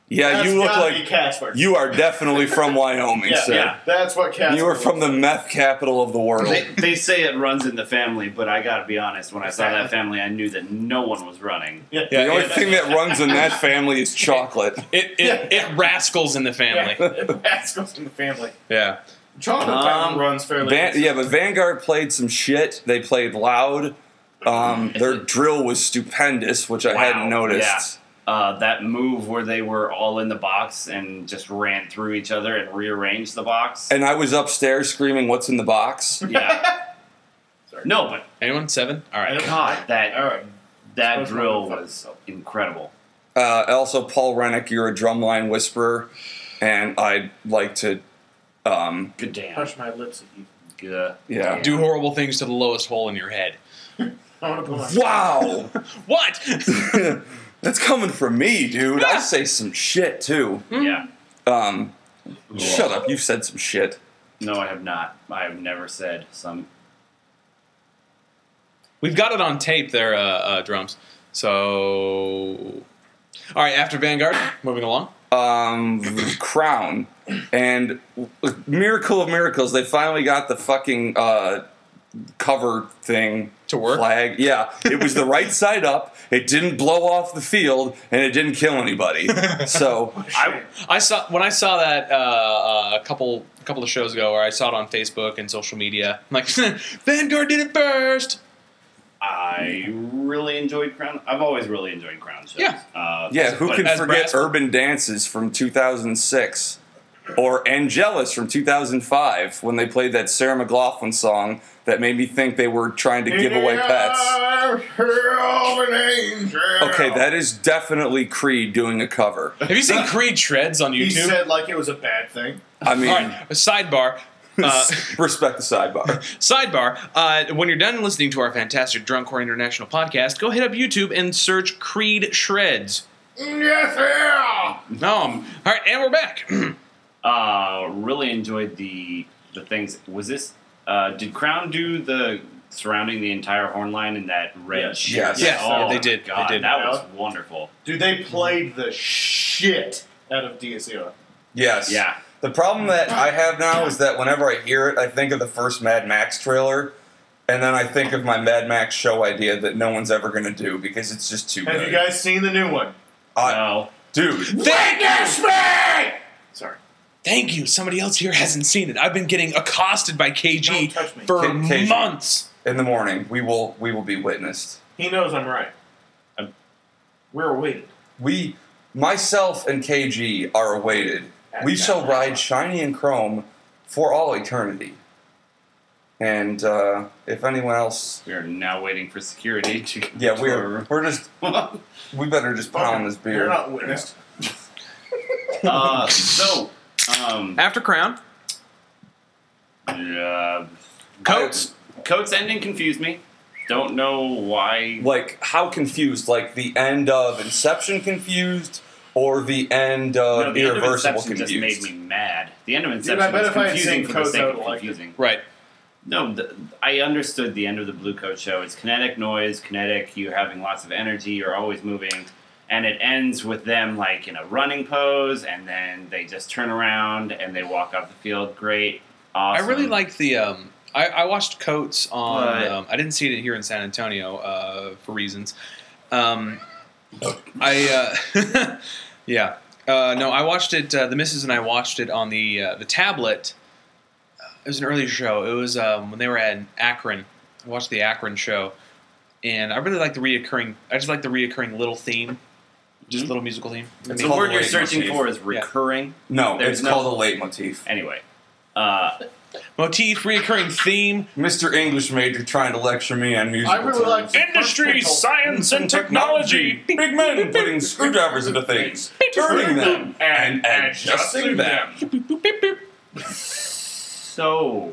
S7: Yeah,
S6: that's
S7: you look
S6: gotta be
S7: like
S6: Casper.
S7: you are definitely from Wyoming,
S6: yeah,
S7: sir.
S5: yeah.
S6: that's what Casper.
S7: You are from the
S6: looks
S7: meth capital of the world.
S5: They, they say it runs in the family, but I gotta be honest. When I saw that family, I knew that no one was running.
S6: like.
S7: The
S6: Yeah,
S7: only
S6: yeah,
S7: thing that runs in that family is chocolate.
S8: It it, it rascals in the family.
S6: yeah. That's goes in the family.
S8: Yeah.
S6: Chocolate
S5: Um,
S6: Town runs fairly.
S7: Van- yeah, but Vanguard played some shit. They played loud. Um, their drill was stupendous, which I
S5: Wow,
S7: hadn't noticed.
S5: Uh, that move where they were all in the box and just ran through each other and rearranged the box.
S7: And I was upstairs screaming, "What's in the box?"
S5: yeah. No, but
S8: Anyone seven? All right.
S5: God,
S6: All
S5: that
S6: right.
S5: that
S6: Suppose
S5: drill
S6: I'm gonna
S5: was
S6: fuck
S5: incredible.
S7: Uh, also, Paul Rennick, you're a drumline whisperer, and I'd like to, um,
S5: Good damn.
S6: Touch my lips at you.
S5: Good.
S7: yeah.
S8: Do horrible things to the lowest hole in your head.
S6: I want to put my.
S7: Wow,
S8: What?
S7: that's coming from me, dude. I say some shit too.
S5: Yeah.
S7: Um, shut up. You said some shit.
S5: No, I have not. I have never said some.
S8: We've got it on tape there, uh, uh, drums. So. All right, after Vanguard, moving along.
S7: um, crown, and miracle of miracles, they finally got the fucking uh, cover thing
S8: To work?
S7: Flag, yeah, it was the right side up. It didn't blow off the field, and it didn't kill anybody. So
S5: I,
S8: I saw when I saw that uh, uh, a couple a couple of shows ago, or I saw it on Facebook and social media. I'm like, Vanguard did it first.
S5: I really enjoyed Crown. I've always really enjoyed Crown shows.
S8: Yeah.
S5: Uh,
S7: yeah, who
S5: but-
S7: can
S8: as
S7: forget
S8: brass-
S7: Urban Dances from 2006 or Angelus from 2005 when they played that Sarah McLaughlin song that made me think they were trying to give away pets. Okay, that is definitely Creed doing a cover.
S8: Have you seen Creed Shreds on
S6: He
S8: YouTube?
S6: said like it was a bad thing.
S7: I mean,
S8: All right, sidebar. Uh,
S7: respect the sidebar.
S8: sidebar. Uh, when you're done listening to our fantastic Drunk Core International podcast, go hit up YouTube and search Creed Shreds.
S6: Yes, yeah.
S8: Um, all right, and we're back.
S5: Uh, really enjoyed the the things. Was this? Uh, did Crown do the surrounding the entire horn line in that red?
S6: Yes.
S5: sheer-
S7: Yes.
S8: Yes.
S5: Oh,
S8: Yeah, they
S5: my
S8: did. They
S5: God,
S8: did.
S5: That was wonderful.
S6: Dude, they played the shit out of E DSEO.
S7: Yes.
S5: Yeah.
S7: The problem that I have now is that whenever I hear it, I think of the first Mad Max trailer, and then I think of my Mad Max show idea that no one's ever going to do because it's just too
S6: Have
S7: good.
S6: you guys seen the new one?
S7: I-
S5: No.
S7: dude,
S6: Witness me! Sorry.
S8: Thank you. Somebody else here hasn't seen it. I've been getting accosted by
S6: Don't
S8: KG
S6: touch me.
S8: for
S7: K- KG.
S8: months.
S7: In the morning, we will we will be witnessed.
S6: He knows I'm right.
S5: I'm-
S6: We're awaited.
S7: We, myself and KG, are awaited. We shall ride shiny and chrome for all eternity. And uh, if anyone else,
S5: We are now waiting for security to come to
S7: yeah,
S5: our
S7: we're
S5: room.
S7: we're just we better just pound this
S6: You're
S7: beer.
S6: not witnessed.
S5: uh, so, um,
S8: After Crown,
S5: uh,
S8: Coats.
S5: Coates ending confused me. Don't know why.
S7: Like how confused? Like the end of Inception confused, or the end of
S5: no, the end of
S7: Irreversible
S5: Inception just
S7: confused?
S5: made me mad. The end of Inception
S6: bet
S5: was
S6: if I had
S5: confusing for
S6: seen
S5: the
S6: Coates, I
S5: sake
S6: would've
S5: of
S6: liked it.
S5: confusing.
S8: Right.
S5: No, the, I understood the end of the Blue Coat show. It's kinetic noise, kinetic. You're having lots of energy. You're always moving, and it ends with them like in a running pose, and then they just turn around and they walk off the field. Great, awesome.
S8: I really liked the. Um, I, I watched Coats on.
S5: What?
S8: Um, I didn't see it here in San Antonio uh, for reasons. Um, I uh, yeah. Uh, no, I watched it. Uh, the missus and I watched it on the uh, the tablet. It was an earlier show. It was um, when they were at Akron. I watched the Akron show, and I really like the reoccurring. I just like the reoccurring little theme, just
S5: Mhm.
S8: little musical theme.
S5: the word you're
S7: Leitmotif.
S5: searching for is recurring.
S7: No,
S5: There's
S7: it's
S5: no-
S7: called a leitmotif.
S5: Anyway, uh,
S8: Motif, reoccurring theme,
S7: Mr. English major trying to lecture me on music.
S6: I really like
S8: industry, science, and technology.
S7: Big men putting screwdrivers into things, turning them, and adjusting them.
S5: so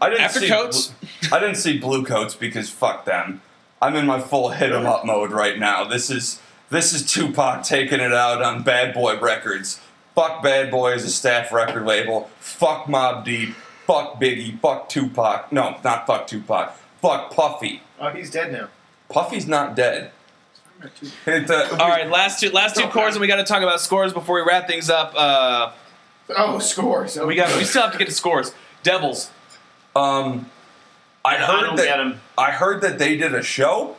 S7: I didn't
S8: After
S7: see
S8: coats?
S7: I didn't see blue coats because fuck them. I'm in my full hit 'em up mode right now. This is this is Tupac taking it out on Bad Boy Records. Fuck Bad Boy as a staff record label. Fuck Mob Deep. Fuck Biggie. Fuck Tupac. No, not fuck Tupac. Fuck Puffy.
S6: Oh, he's dead now.
S7: Puffy's not dead. It, uh,
S8: All right, last two last two cores, and we got to talk about scores before we wrap things up. Uh,
S6: Oh, scores.
S8: we got we still have to get to scores. Devils.
S7: Um, I
S5: I
S7: heard
S5: don't
S7: that.
S5: get 'em.
S7: I heard that they did a show.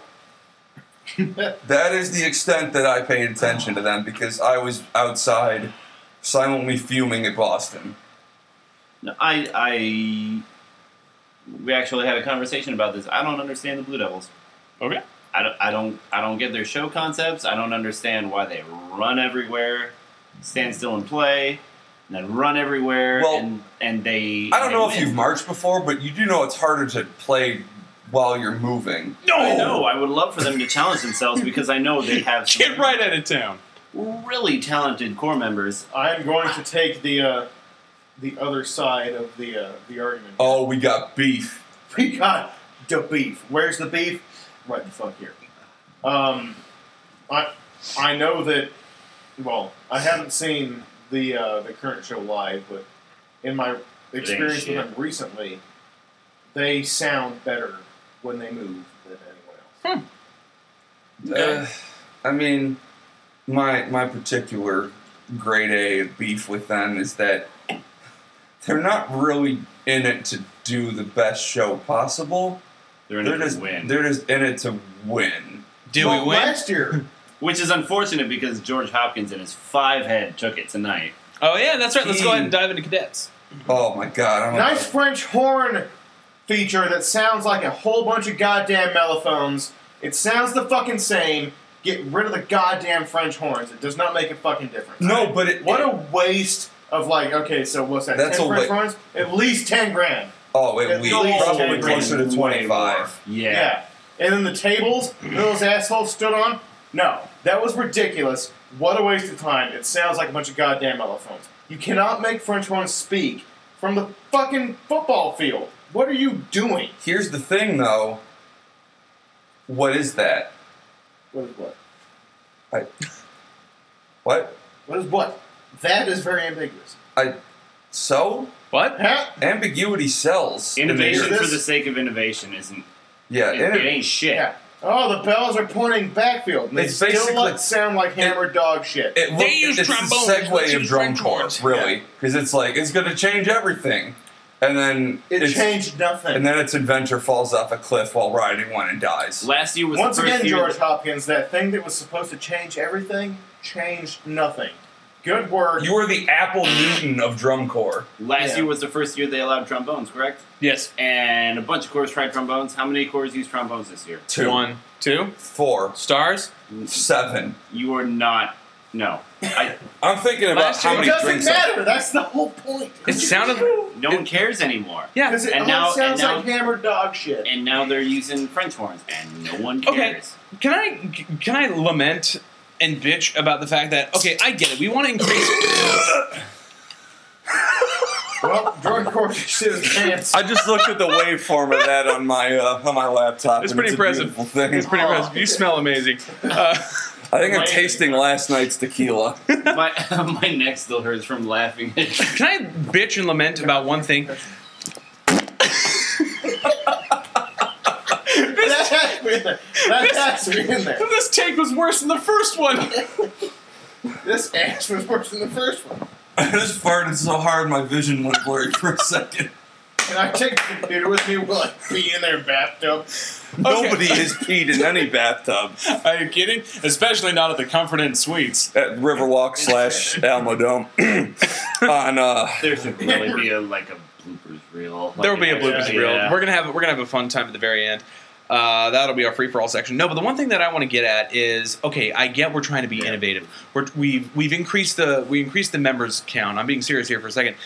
S7: that is the extent that I paid attention to them because I was outside, silently fuming at Boston.
S5: no, I I we actually had a conversation about this. I don't understand the Blue Devils.
S8: Okay.
S5: I don't, I don't I don't get their show concepts. I don't understand why they run everywhere, stand still and play, and then run everywhere.
S7: Well,
S5: and, and they
S7: I don't
S5: they
S7: know if
S5: win.
S7: you've marched before, but you do know it's harder to play while you're moving.
S5: I know. I would love for them to challenge themselves because I know they have some
S8: Get right out of town.
S5: really talented core members.
S6: I'm going to take the uh, the other side of the uh, the argument.
S7: Oh, we got beef.
S6: We got the beef. Where's the beef? Right the fuck here. Um, I I know that. Well, I haven't seen the uh, the current show live, but in my experience
S5: shit.
S6: with them recently, they sound better when they move than anyone else.
S7: Uh, I mean, my my particular grade A beef with them is that they're not really in it to do the best show possible.
S5: They're in
S7: They're
S5: it to
S7: just
S5: win,
S7: they're just in it to win.
S8: Do
S6: well,
S8: we win?
S6: last year?
S5: which is unfortunate because George Hopkins and his five head took it tonight.
S8: Oh yeah, that's right. Let's go ahead and dive into cadets.
S7: Oh my god! I'm
S6: nice French horn feature that sounds like a whole bunch of goddamn mellophones. It sounds the fucking same. Get rid of the goddamn French horns. It does not make a fucking difference.
S7: no, but it,
S6: What
S7: it-
S6: a waste of like, okay, so what's that?
S7: That's
S6: ten
S7: a
S6: French
S7: wa-
S6: horns? At least ten grand.
S7: oh, it
S6: at
S7: we
S6: least
S7: probably
S6: ten
S7: closer to
S5: grand.
S7: twenty five.
S5: Yeah.
S6: And then the tables that those assholes stood on? No. That was ridiculous. What a waste of time. It sounds like a bunch of goddamn mellophones. You cannot make French horns speak from the fucking football field. What are you doing?
S7: Here's the thing, though. What is that?
S6: What is what?
S7: I, what
S6: What is what? That is very ambiguous.
S7: I so
S8: What?
S6: Huh?
S7: ambiguity sells. in the
S5: Innovation
S7: ear.
S5: for the sake of innovation isn't.
S7: yeah.
S5: It,
S7: inno-
S5: it ain't shit.
S6: Yeah. Oh, the bells are pointing backfield. And they
S7: It's
S6: still
S7: basically-
S6: like, sound like hammered dog shit.
S7: It look,
S8: They use
S7: it's
S8: trombones,
S7: a
S8: let's
S7: segue of
S8: use
S7: drum
S8: French
S7: corps,
S8: horns.
S7: really, because it's like it's going to change everything, and then
S6: It
S7: it's-
S6: changed nothing.
S7: and then its inventor falls off a cliff while riding one and dies.
S5: Last year was
S6: Once
S5: the first
S6: again,
S5: year.
S6: George Hopkins, that thing that was supposed to change everything changed nothing. Good work.
S8: You were the Apple Newton of drum corps.
S5: Last
S6: Yeah.
S5: year was the first year they allowed trombones, correct?
S8: Yes.
S5: And a bunch of cores tried trombones. How many cores used trombones this year?
S8: Two, one, two,
S7: Four,
S8: stars.
S7: seven.
S5: You are not. No. I,
S7: I'm thinking about
S8: Last
S7: how
S6: it
S8: year-
S7: many
S6: doesn't
S7: drinks.
S6: matter. That's the whole point.
S8: It sounded-
S5: no one cares anymore.
S8: Yeah.
S6: Because it
S5: And
S6: all
S5: now-
S6: sounds
S5: and now-
S6: like hammered dog shit.
S5: And now they're using French horns, and no one
S8: Okay.
S5: cares.
S8: Can I can I lament and bitch about the fact that okay, I get it. We want to increase.
S6: well, Jordan Corey shit his pants.
S7: I just looked at the waveform of that on my uh, on my laptop.
S9: It's
S7: and
S9: pretty
S7: it's
S9: impressive.
S7: A beautiful thing.
S9: It's pretty
S6: Oh.
S9: impressive. You smell amazing. Uh,
S7: I think I'm tasting last night's tequila.
S5: my, my neck still hurts from laughing.
S8: can I bitch and lament about one thing?
S6: that has to be in there. That has to be in there.
S8: This take was worse than the first one.
S6: This ass was worse than the first one.
S7: I just farted so hard my vision went blurry for a second.
S6: Can I take the computer with me while I be in there bathed up?
S7: Nobody has peed in any bathtub
S8: Are you kidding? Especially not at the Comfort Inn Suites.
S7: at Riverwalk slash Alamo Dome on uh,
S5: there should really be a like a bloopers reel.
S8: There will be a
S5: Like,
S8: bloopers
S5: yeah.
S8: reel. We're gonna have we're gonna have a fun time at the very end. Uh, that'll be our free for all section. No, but the one thing that I want to get at is okay. I get we're trying to be innovative. We're, we've we've increased the we increased the members count. I'm being serious here for a second.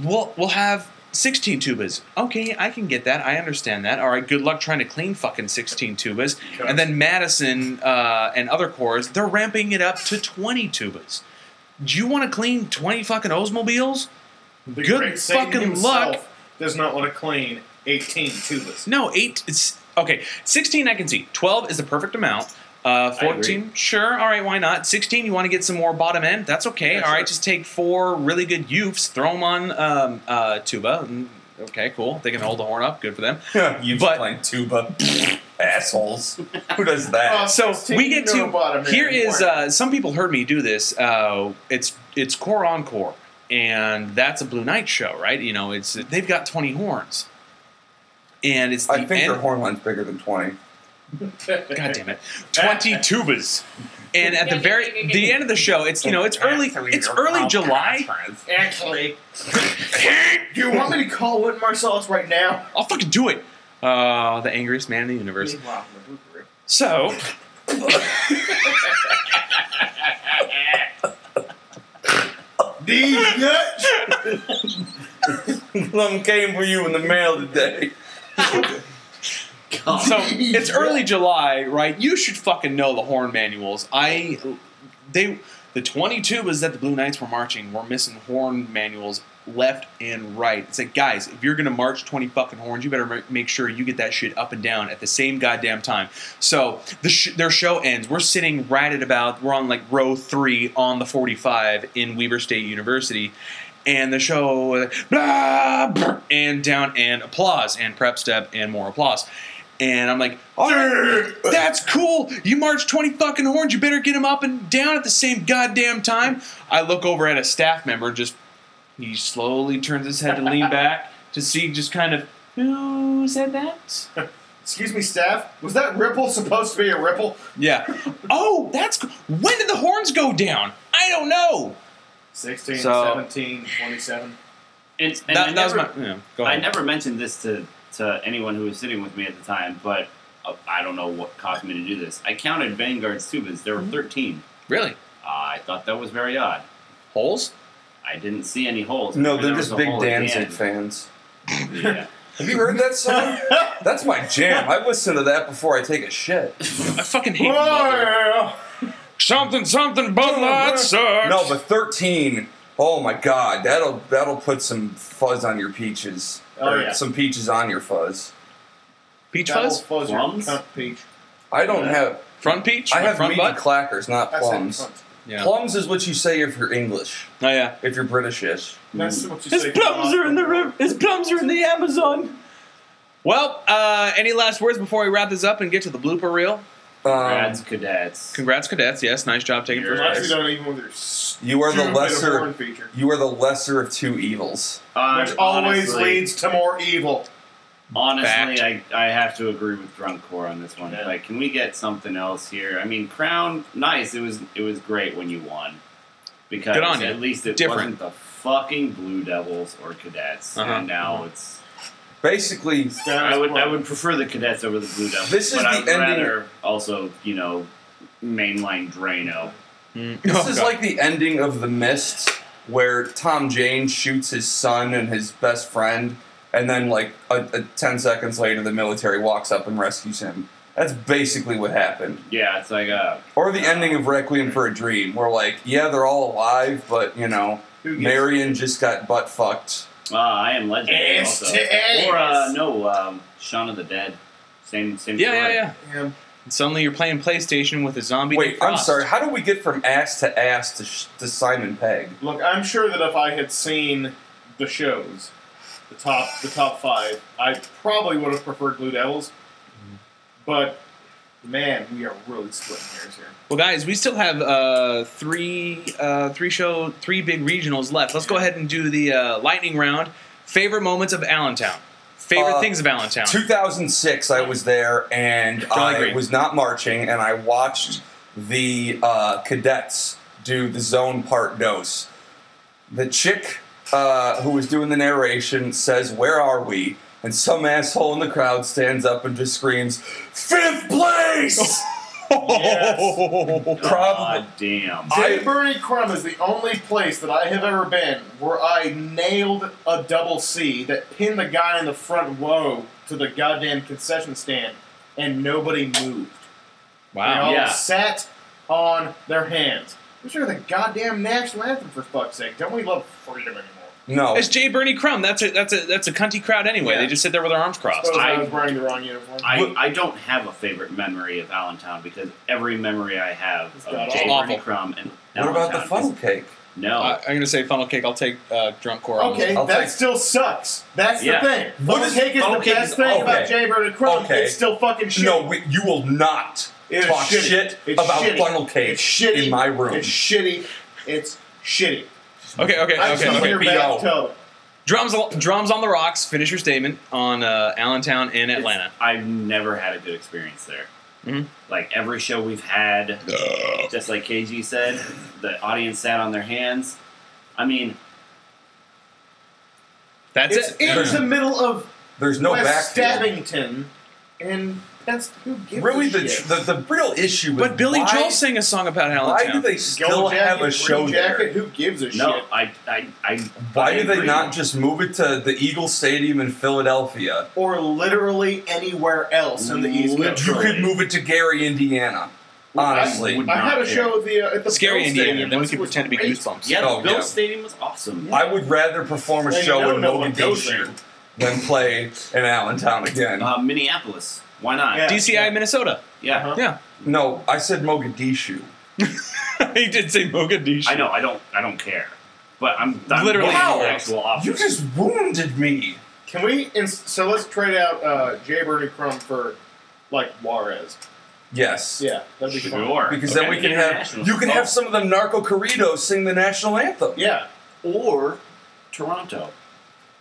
S8: We'll we'll have 16 tubas. Okay, I can get that. I understand that. All right, good luck trying to clean fucking 16 tubas. And then Madison uh, and other cores, they're ramping it up to 20 tubas. Do you want to clean 20 fucking Oldsmobiles?
S6: The
S8: Good
S6: great Satan
S8: fucking
S6: himself
S8: luck.
S6: Does not want to clean 18 tubas.
S8: No, eight. It's okay. Sixteen, I can see. Twelve is the perfect amount. Uh,
S5: agree.
S8: fourteen, sure. All right, why not? Sixteen, you want to get some more bottom end? That's okay.
S6: Yeah,
S8: all right,
S6: sure.
S8: just take four really good youths, throw them on um, uh, tuba. and- Okay, cool. They can hold the horn up. Good for them.
S7: you
S8: But-
S7: playing tuba. Assholes. Who does
S6: Uh,
S7: that?
S8: So
S6: 16
S8: we get
S6: no
S8: to
S6: bottom end
S8: here is
S6: work.
S8: uh, some people heard me do this. Uh, it's it's core encore, and that's a Blue Night show, right? You know, it's they've got twenty horns, and it's the
S7: I think
S8: end,
S7: their horn line's bigger than 20.
S8: God damn it, twenty tubas. And at the very the end of the show, it's you know it's early it's early July.
S6: Actually, do you want me to call Whit Marsalis right now?
S8: I'll fucking do it. Uh, the angriest man in the universe. So
S7: These nuts! Some came for you in the mail today.
S8: so it's early July, right? You should fucking know the horn manuals. I they the twenty tubas that the Blue Knights were marching were missing horn manuals left and right. It's like guys, if you're gonna march twenty fucking horns, you better ma- make sure you get that shit up and down at the same goddamn time. So the sh- their show ends. We're sitting right at about we're on like row three on the forty five in Weber State University. And the show, uh, blah, brr, and down, and applause, and prep step, and more applause. And I'm like, all right, that's cool. You march 20 fucking horns. You better get them up and down at the same goddamn time. I look over at a staff member, just he slowly turns his head to lean back to see, just kind of, who said that?
S6: Excuse me, staff. Was that ripple supposed to be a ripple?
S8: Yeah. Oh, that's co- when did the horns go down? I don't know.
S6: 16,
S8: So-
S6: 17, 27.
S5: And, and I
S8: That, that was
S5: never-
S8: my. Yeah, go
S5: I
S8: ahead.
S5: never mentioned this to, to anyone who was sitting with me at the time, but uh, I don't know what caused me to do this. I counted Vanguard's tubas. There were 13.
S8: really?
S5: Uh, I thought that was very odd.
S8: Holes?
S5: I didn't see any holes.
S7: No,
S5: Maybe
S7: they're
S5: there was
S7: just
S5: a
S7: big
S5: hole at the
S7: Danzig
S5: end.
S7: fans.
S5: Yeah.
S7: Have you heard that song? That's my jam. I listen to that before I take a shit.
S8: I fucking hate Bud Light.
S6: Well,
S8: Something, something, Bud Light sucks.
S7: No, but 13. Oh my god, that'll that'll put some fuzz on your peaches.
S6: Oh,
S7: Or
S6: yeah.
S7: Some peaches on your fuzz.
S8: Peach
S6: that will
S8: fuzz?
S6: fuzz your
S5: Plums?
S6: cunt peach.
S7: I don't
S5: Yeah.
S7: have
S8: Front peach?
S7: I have
S8: front
S7: meaty
S8: butt?
S7: clackers, not
S6: I said
S7: plums.
S6: cunt.
S8: yeah. Oh,
S7: Plums is what you say if you're English,
S8: yeah.
S7: if you're Britishish.
S6: That's
S7: Mm.
S6: what you
S8: His
S6: say.
S8: plums are in the river. His plums are in the Amazon. Well, uh, any last words before we wrap this up and get to the blooper reel?
S7: Um,
S5: Rads, cadets.
S8: Congrats, cadets. Yes, nice job taking
S5: You're
S8: first
S5: right.
S6: Actually,
S8: place.
S6: don't even with your stupid
S7: you are the
S6: horn
S7: lesser.
S6: feature,
S7: You are the lesser of two evils.
S5: Uh,
S6: which always
S5: honestly-
S6: leads to more evil.
S5: Honestly,
S8: Fact.
S5: I, I have to agree with Drunk Core on this one. Like, can we get something else here? I mean, Crown, nice. It was it was great when you won. because
S10: Good on you.
S5: at least it
S10: Different.
S5: wasn't the fucking Blue Devils or Cadets,
S10: Uh-huh.
S5: and now it's.
S7: Basically,
S5: I would I would prefer the Cadets over the Blue Devils.
S7: This is
S5: but
S7: the
S5: I'd
S7: ending-
S5: rather also you know mainline Drano.
S7: This
S10: Oh,
S7: is
S10: God.
S7: like the ending of The Mist, where Tom Jane shoots his son and his best friend, and then like a, a, ten seconds later, the military walks up and rescues him. That's basically what happened.
S5: Yeah, it's like uh,
S7: Or the ending of Requiem for a Dream, where like, yeah, they're all alive, but you know, Marion just got butt fucked.
S5: uh I am legend.
S6: Ass
S5: also.
S6: to
S5: Or uh,
S6: ass.
S5: no, um, Shaun of the Dead. Same same.
S10: Yeah, yeah,
S5: story.
S10: yeah.
S6: Yeah.
S10: And suddenly you're playing PlayStation with a zombie.
S7: Wait,
S10: Nick
S7: I'm
S10: Frost.
S7: sorry. How do we get from ass to ass to, sh- to Simon Pegg?
S6: Look, I'm sure that if I had seen the shows, the top the top five, I probably would have preferred Blue Devils. But man, we are really splitting hairs here.
S10: Well, guys, we still have uh, three, uh, three show, three big regionals left. Let's go ahead and do the uh, lightning round. Favorite moments of Allentown. Favorite
S7: Uh,
S10: things of Allentown.
S7: 2006, I was there and
S10: Jolly
S7: I
S10: Green.
S7: was not marching, and I watched the uh, cadets do the zone part dose. The chick uh, who was doing the narration says, Where are we? And some asshole in the crowd stands up and just screams, Fifth place! Probably.
S5: Oh, God damn.
S7: I-
S6: Daybury Crumb is the only place that I have ever been where I nailed a double C that pinned the guy in the front row to the goddamn concession stand, and nobody moved. they
S10: wow.
S6: all
S5: yeah.
S6: sat on their hands. These are the goddamn national anthem for fuck's sake. Don't we love freedom anymore?
S7: No.
S10: It's Jay Bernie Crumb. That's a that's a that's a cunty crowd anyway.
S6: Yeah.
S10: They just sit there with their arms crossed.
S6: Suppose I,
S5: I-
S6: was wearing the wrong uniform.
S5: I, I don't have a favorite memory of Allentown because every memory I have
S6: It's
S5: of
S6: got
S5: Jay
S10: all-
S5: Bernie
S10: Awful.
S5: Crumb and
S7: What about the
S5: Allentown
S7: funnel
S5: is-
S7: cake?
S5: No,
S10: I, I'm gonna say funnel cake. I'll take uh, drunk core. on this
S6: Okay,
S7: I'll
S6: that
S7: take-
S6: still sucks. That's
S5: Yeah.
S6: the thing.
S7: What
S6: Funnel
S7: is-
S6: cake is
S7: funnel
S6: the
S7: cake
S6: best
S7: is-
S6: thing about
S7: okay.
S6: Jaybird and Crumb.
S7: Okay.
S6: It's still fucking shit.
S7: No, we, you will not
S6: It is
S7: talk
S6: shitty.
S7: shit
S6: It's
S7: about
S6: shitty.
S7: funnel cake
S6: It's shitty.
S7: in my room.
S6: It's shitty. It's shitty.
S10: Okay, okay,
S6: I
S10: okay.
S6: just
S10: wait.
S6: hear Matt tell.
S10: Drums, drums on the rocks. Finish your statement on uh, Allentown and Atlanta.
S5: I've never had a good experience there.
S10: Mhm.
S5: Like every show we've had, just like KG said, the audience sat on their hands. I mean,
S10: That's
S6: It's
S10: it.
S6: in the middle of
S7: There's no
S6: West
S7: backfield.
S6: Stabbington, and that's who gives
S7: really
S6: a
S7: the,
S6: shit.
S7: the the real issue is
S10: But Billy
S7: why,
S10: Joel sang a song about
S7: why do
S10: Allentown.
S7: they still
S6: Yellow jacket,
S7: have a
S6: green
S7: show
S6: jacket,
S7: there?
S6: Who gives a
S5: no,
S6: shit?
S5: I, I, I.
S7: Why
S5: I
S7: do they
S5: agree.
S7: not just move it to the Eagle Stadium in Philadelphia?
S6: Or literally anywhere else in the East Coast.
S7: You
S5: Really?
S7: could move it to Gary, Indiana.
S6: I,
S7: Honestly,
S5: would-
S6: I had a
S5: not
S6: show at the uh, at the
S10: Scary
S6: Bell
S10: Indiana.
S6: Stadium,
S10: Then we
S6: which
S10: could
S6: was
S10: pretend to be
S6: great.
S10: Goosebumps.
S5: Yeah, the
S7: Oh,
S5: Bill
S7: yeah.
S5: Stadium was awesome.
S7: I would rather perform a
S6: And you
S7: show
S6: don't
S7: in
S6: know what goes
S7: Mogadishu than play in Allentown again.
S5: Uh, Minneapolis. Why not?
S6: Yeah.
S10: DCI Minnesota.
S5: Yeah.
S6: Uh-huh.
S10: Yeah,
S7: No, I said Mogadishu.
S10: he did say Mogadishu.
S5: I know. I don't. I don't care. But I'm, I'm
S10: Uh-huh. Literally
S5: going to
S7: anywhere.
S5: the actual office.
S7: You just wounded me.
S6: Can we? Ins- so let's trade out uh, Jay Bernie Crumb for like Juarez.
S7: Yes.
S6: Yeah, that'd be fun.
S5: sure.
S7: Because
S5: Okay.
S7: then we can have
S5: International.
S7: you can
S5: Oh,
S7: have some of the narco corridos sing the national anthem.
S6: Yeah,
S5: Oh, or Toronto.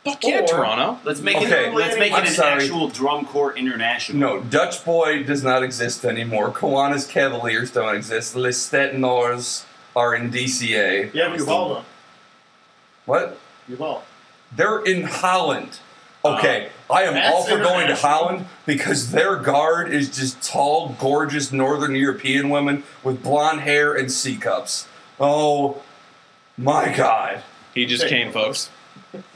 S10: Fuck yeah,
S6: Or-
S10: Toronto.
S5: Let's make
S7: Okay.
S5: it. Let's make it
S7: I'm
S5: an
S7: sorry.
S5: actual drum corps international.
S7: No, Dutch Boy does not exist anymore. Kiwanis Cavaliers don't exist. Listetnors are in DCA.
S6: yeah, but Uvalda,
S7: What?
S6: Uvalda.
S7: They're in Holland. Okay,
S10: Ah,
S7: I am
S6: That's
S7: all for going to
S6: international.
S7: Holland because their guard is just tall, gorgeous Northern European women with blonde hair and C cups. Oh my God!
S10: He just came, folks.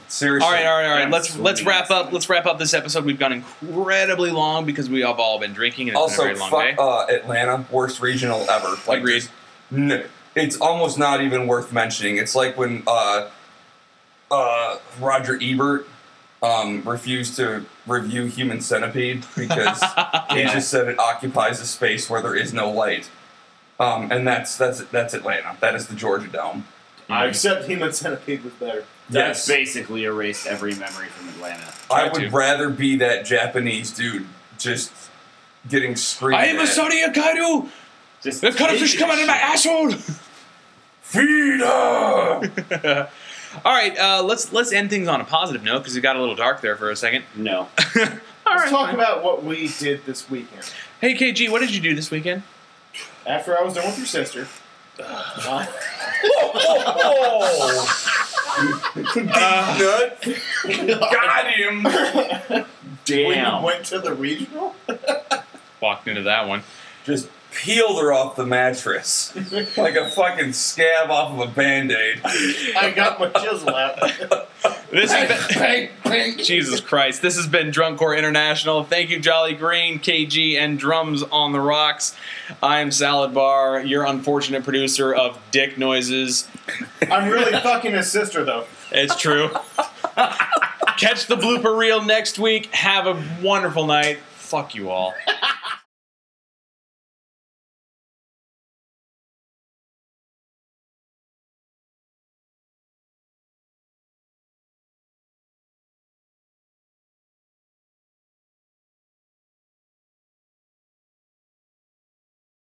S7: Seriously.
S10: All right, all right, all right. Let's
S5: Absolutely.
S10: let's wrap up. Let's wrap up this episode. We've gone incredibly long because we have all been drinking and it's been
S7: Also,
S10: a very long
S7: fuck
S10: day.
S7: uh, Atlanta, worst regional ever. Like,
S10: Agreed.
S7: just- n- it's almost not even worth mentioning. It's like when uh, uh, Roger Ebert um, refused to review Human Centipede because he just said it occupies a space where there is no light. Um, and that's that's that's Atlanta. That is the Georgia Dome.
S6: Except Human Centipede was better.
S5: That's
S7: yes,
S5: basically erased every memory from Atlanta.
S10: Try
S7: I
S10: to.
S7: would rather be that Japanese dude just getting screamed.
S10: I am a
S7: at.
S10: Sonia Kaido.
S5: Just
S10: The cuttlefish coming out of my asshole.
S7: Feed her!
S10: All right, uh, let's let's end things on a positive note because it got a little dark there for a second.
S5: No.
S10: All
S6: Let's
S10: right,
S6: talk
S10: fine.
S6: about what we did this weekend.
S10: Hey KG, what did you do this weekend?
S6: After I was done with your sister, I-
S7: Nut.
S6: Got him.
S8: Damn.
S6: went to the regional.
S8: Walked into that one.
S7: Just peeled her off the mattress like a fucking scab off of a band aid.
S6: I got my chisel out.
S8: This has been-
S6: Bang, bang.
S8: Jesus Christ. This has been Drunk Core International. Thank you, Jolly Green, KG, and Drums on the Rocks. I am Salad Bar, your unfortunate producer of dick noises.
S6: I'm really fucking his sister though.
S8: It's true. Catch the blooper reel next week. Have a wonderful night. Fuck you all.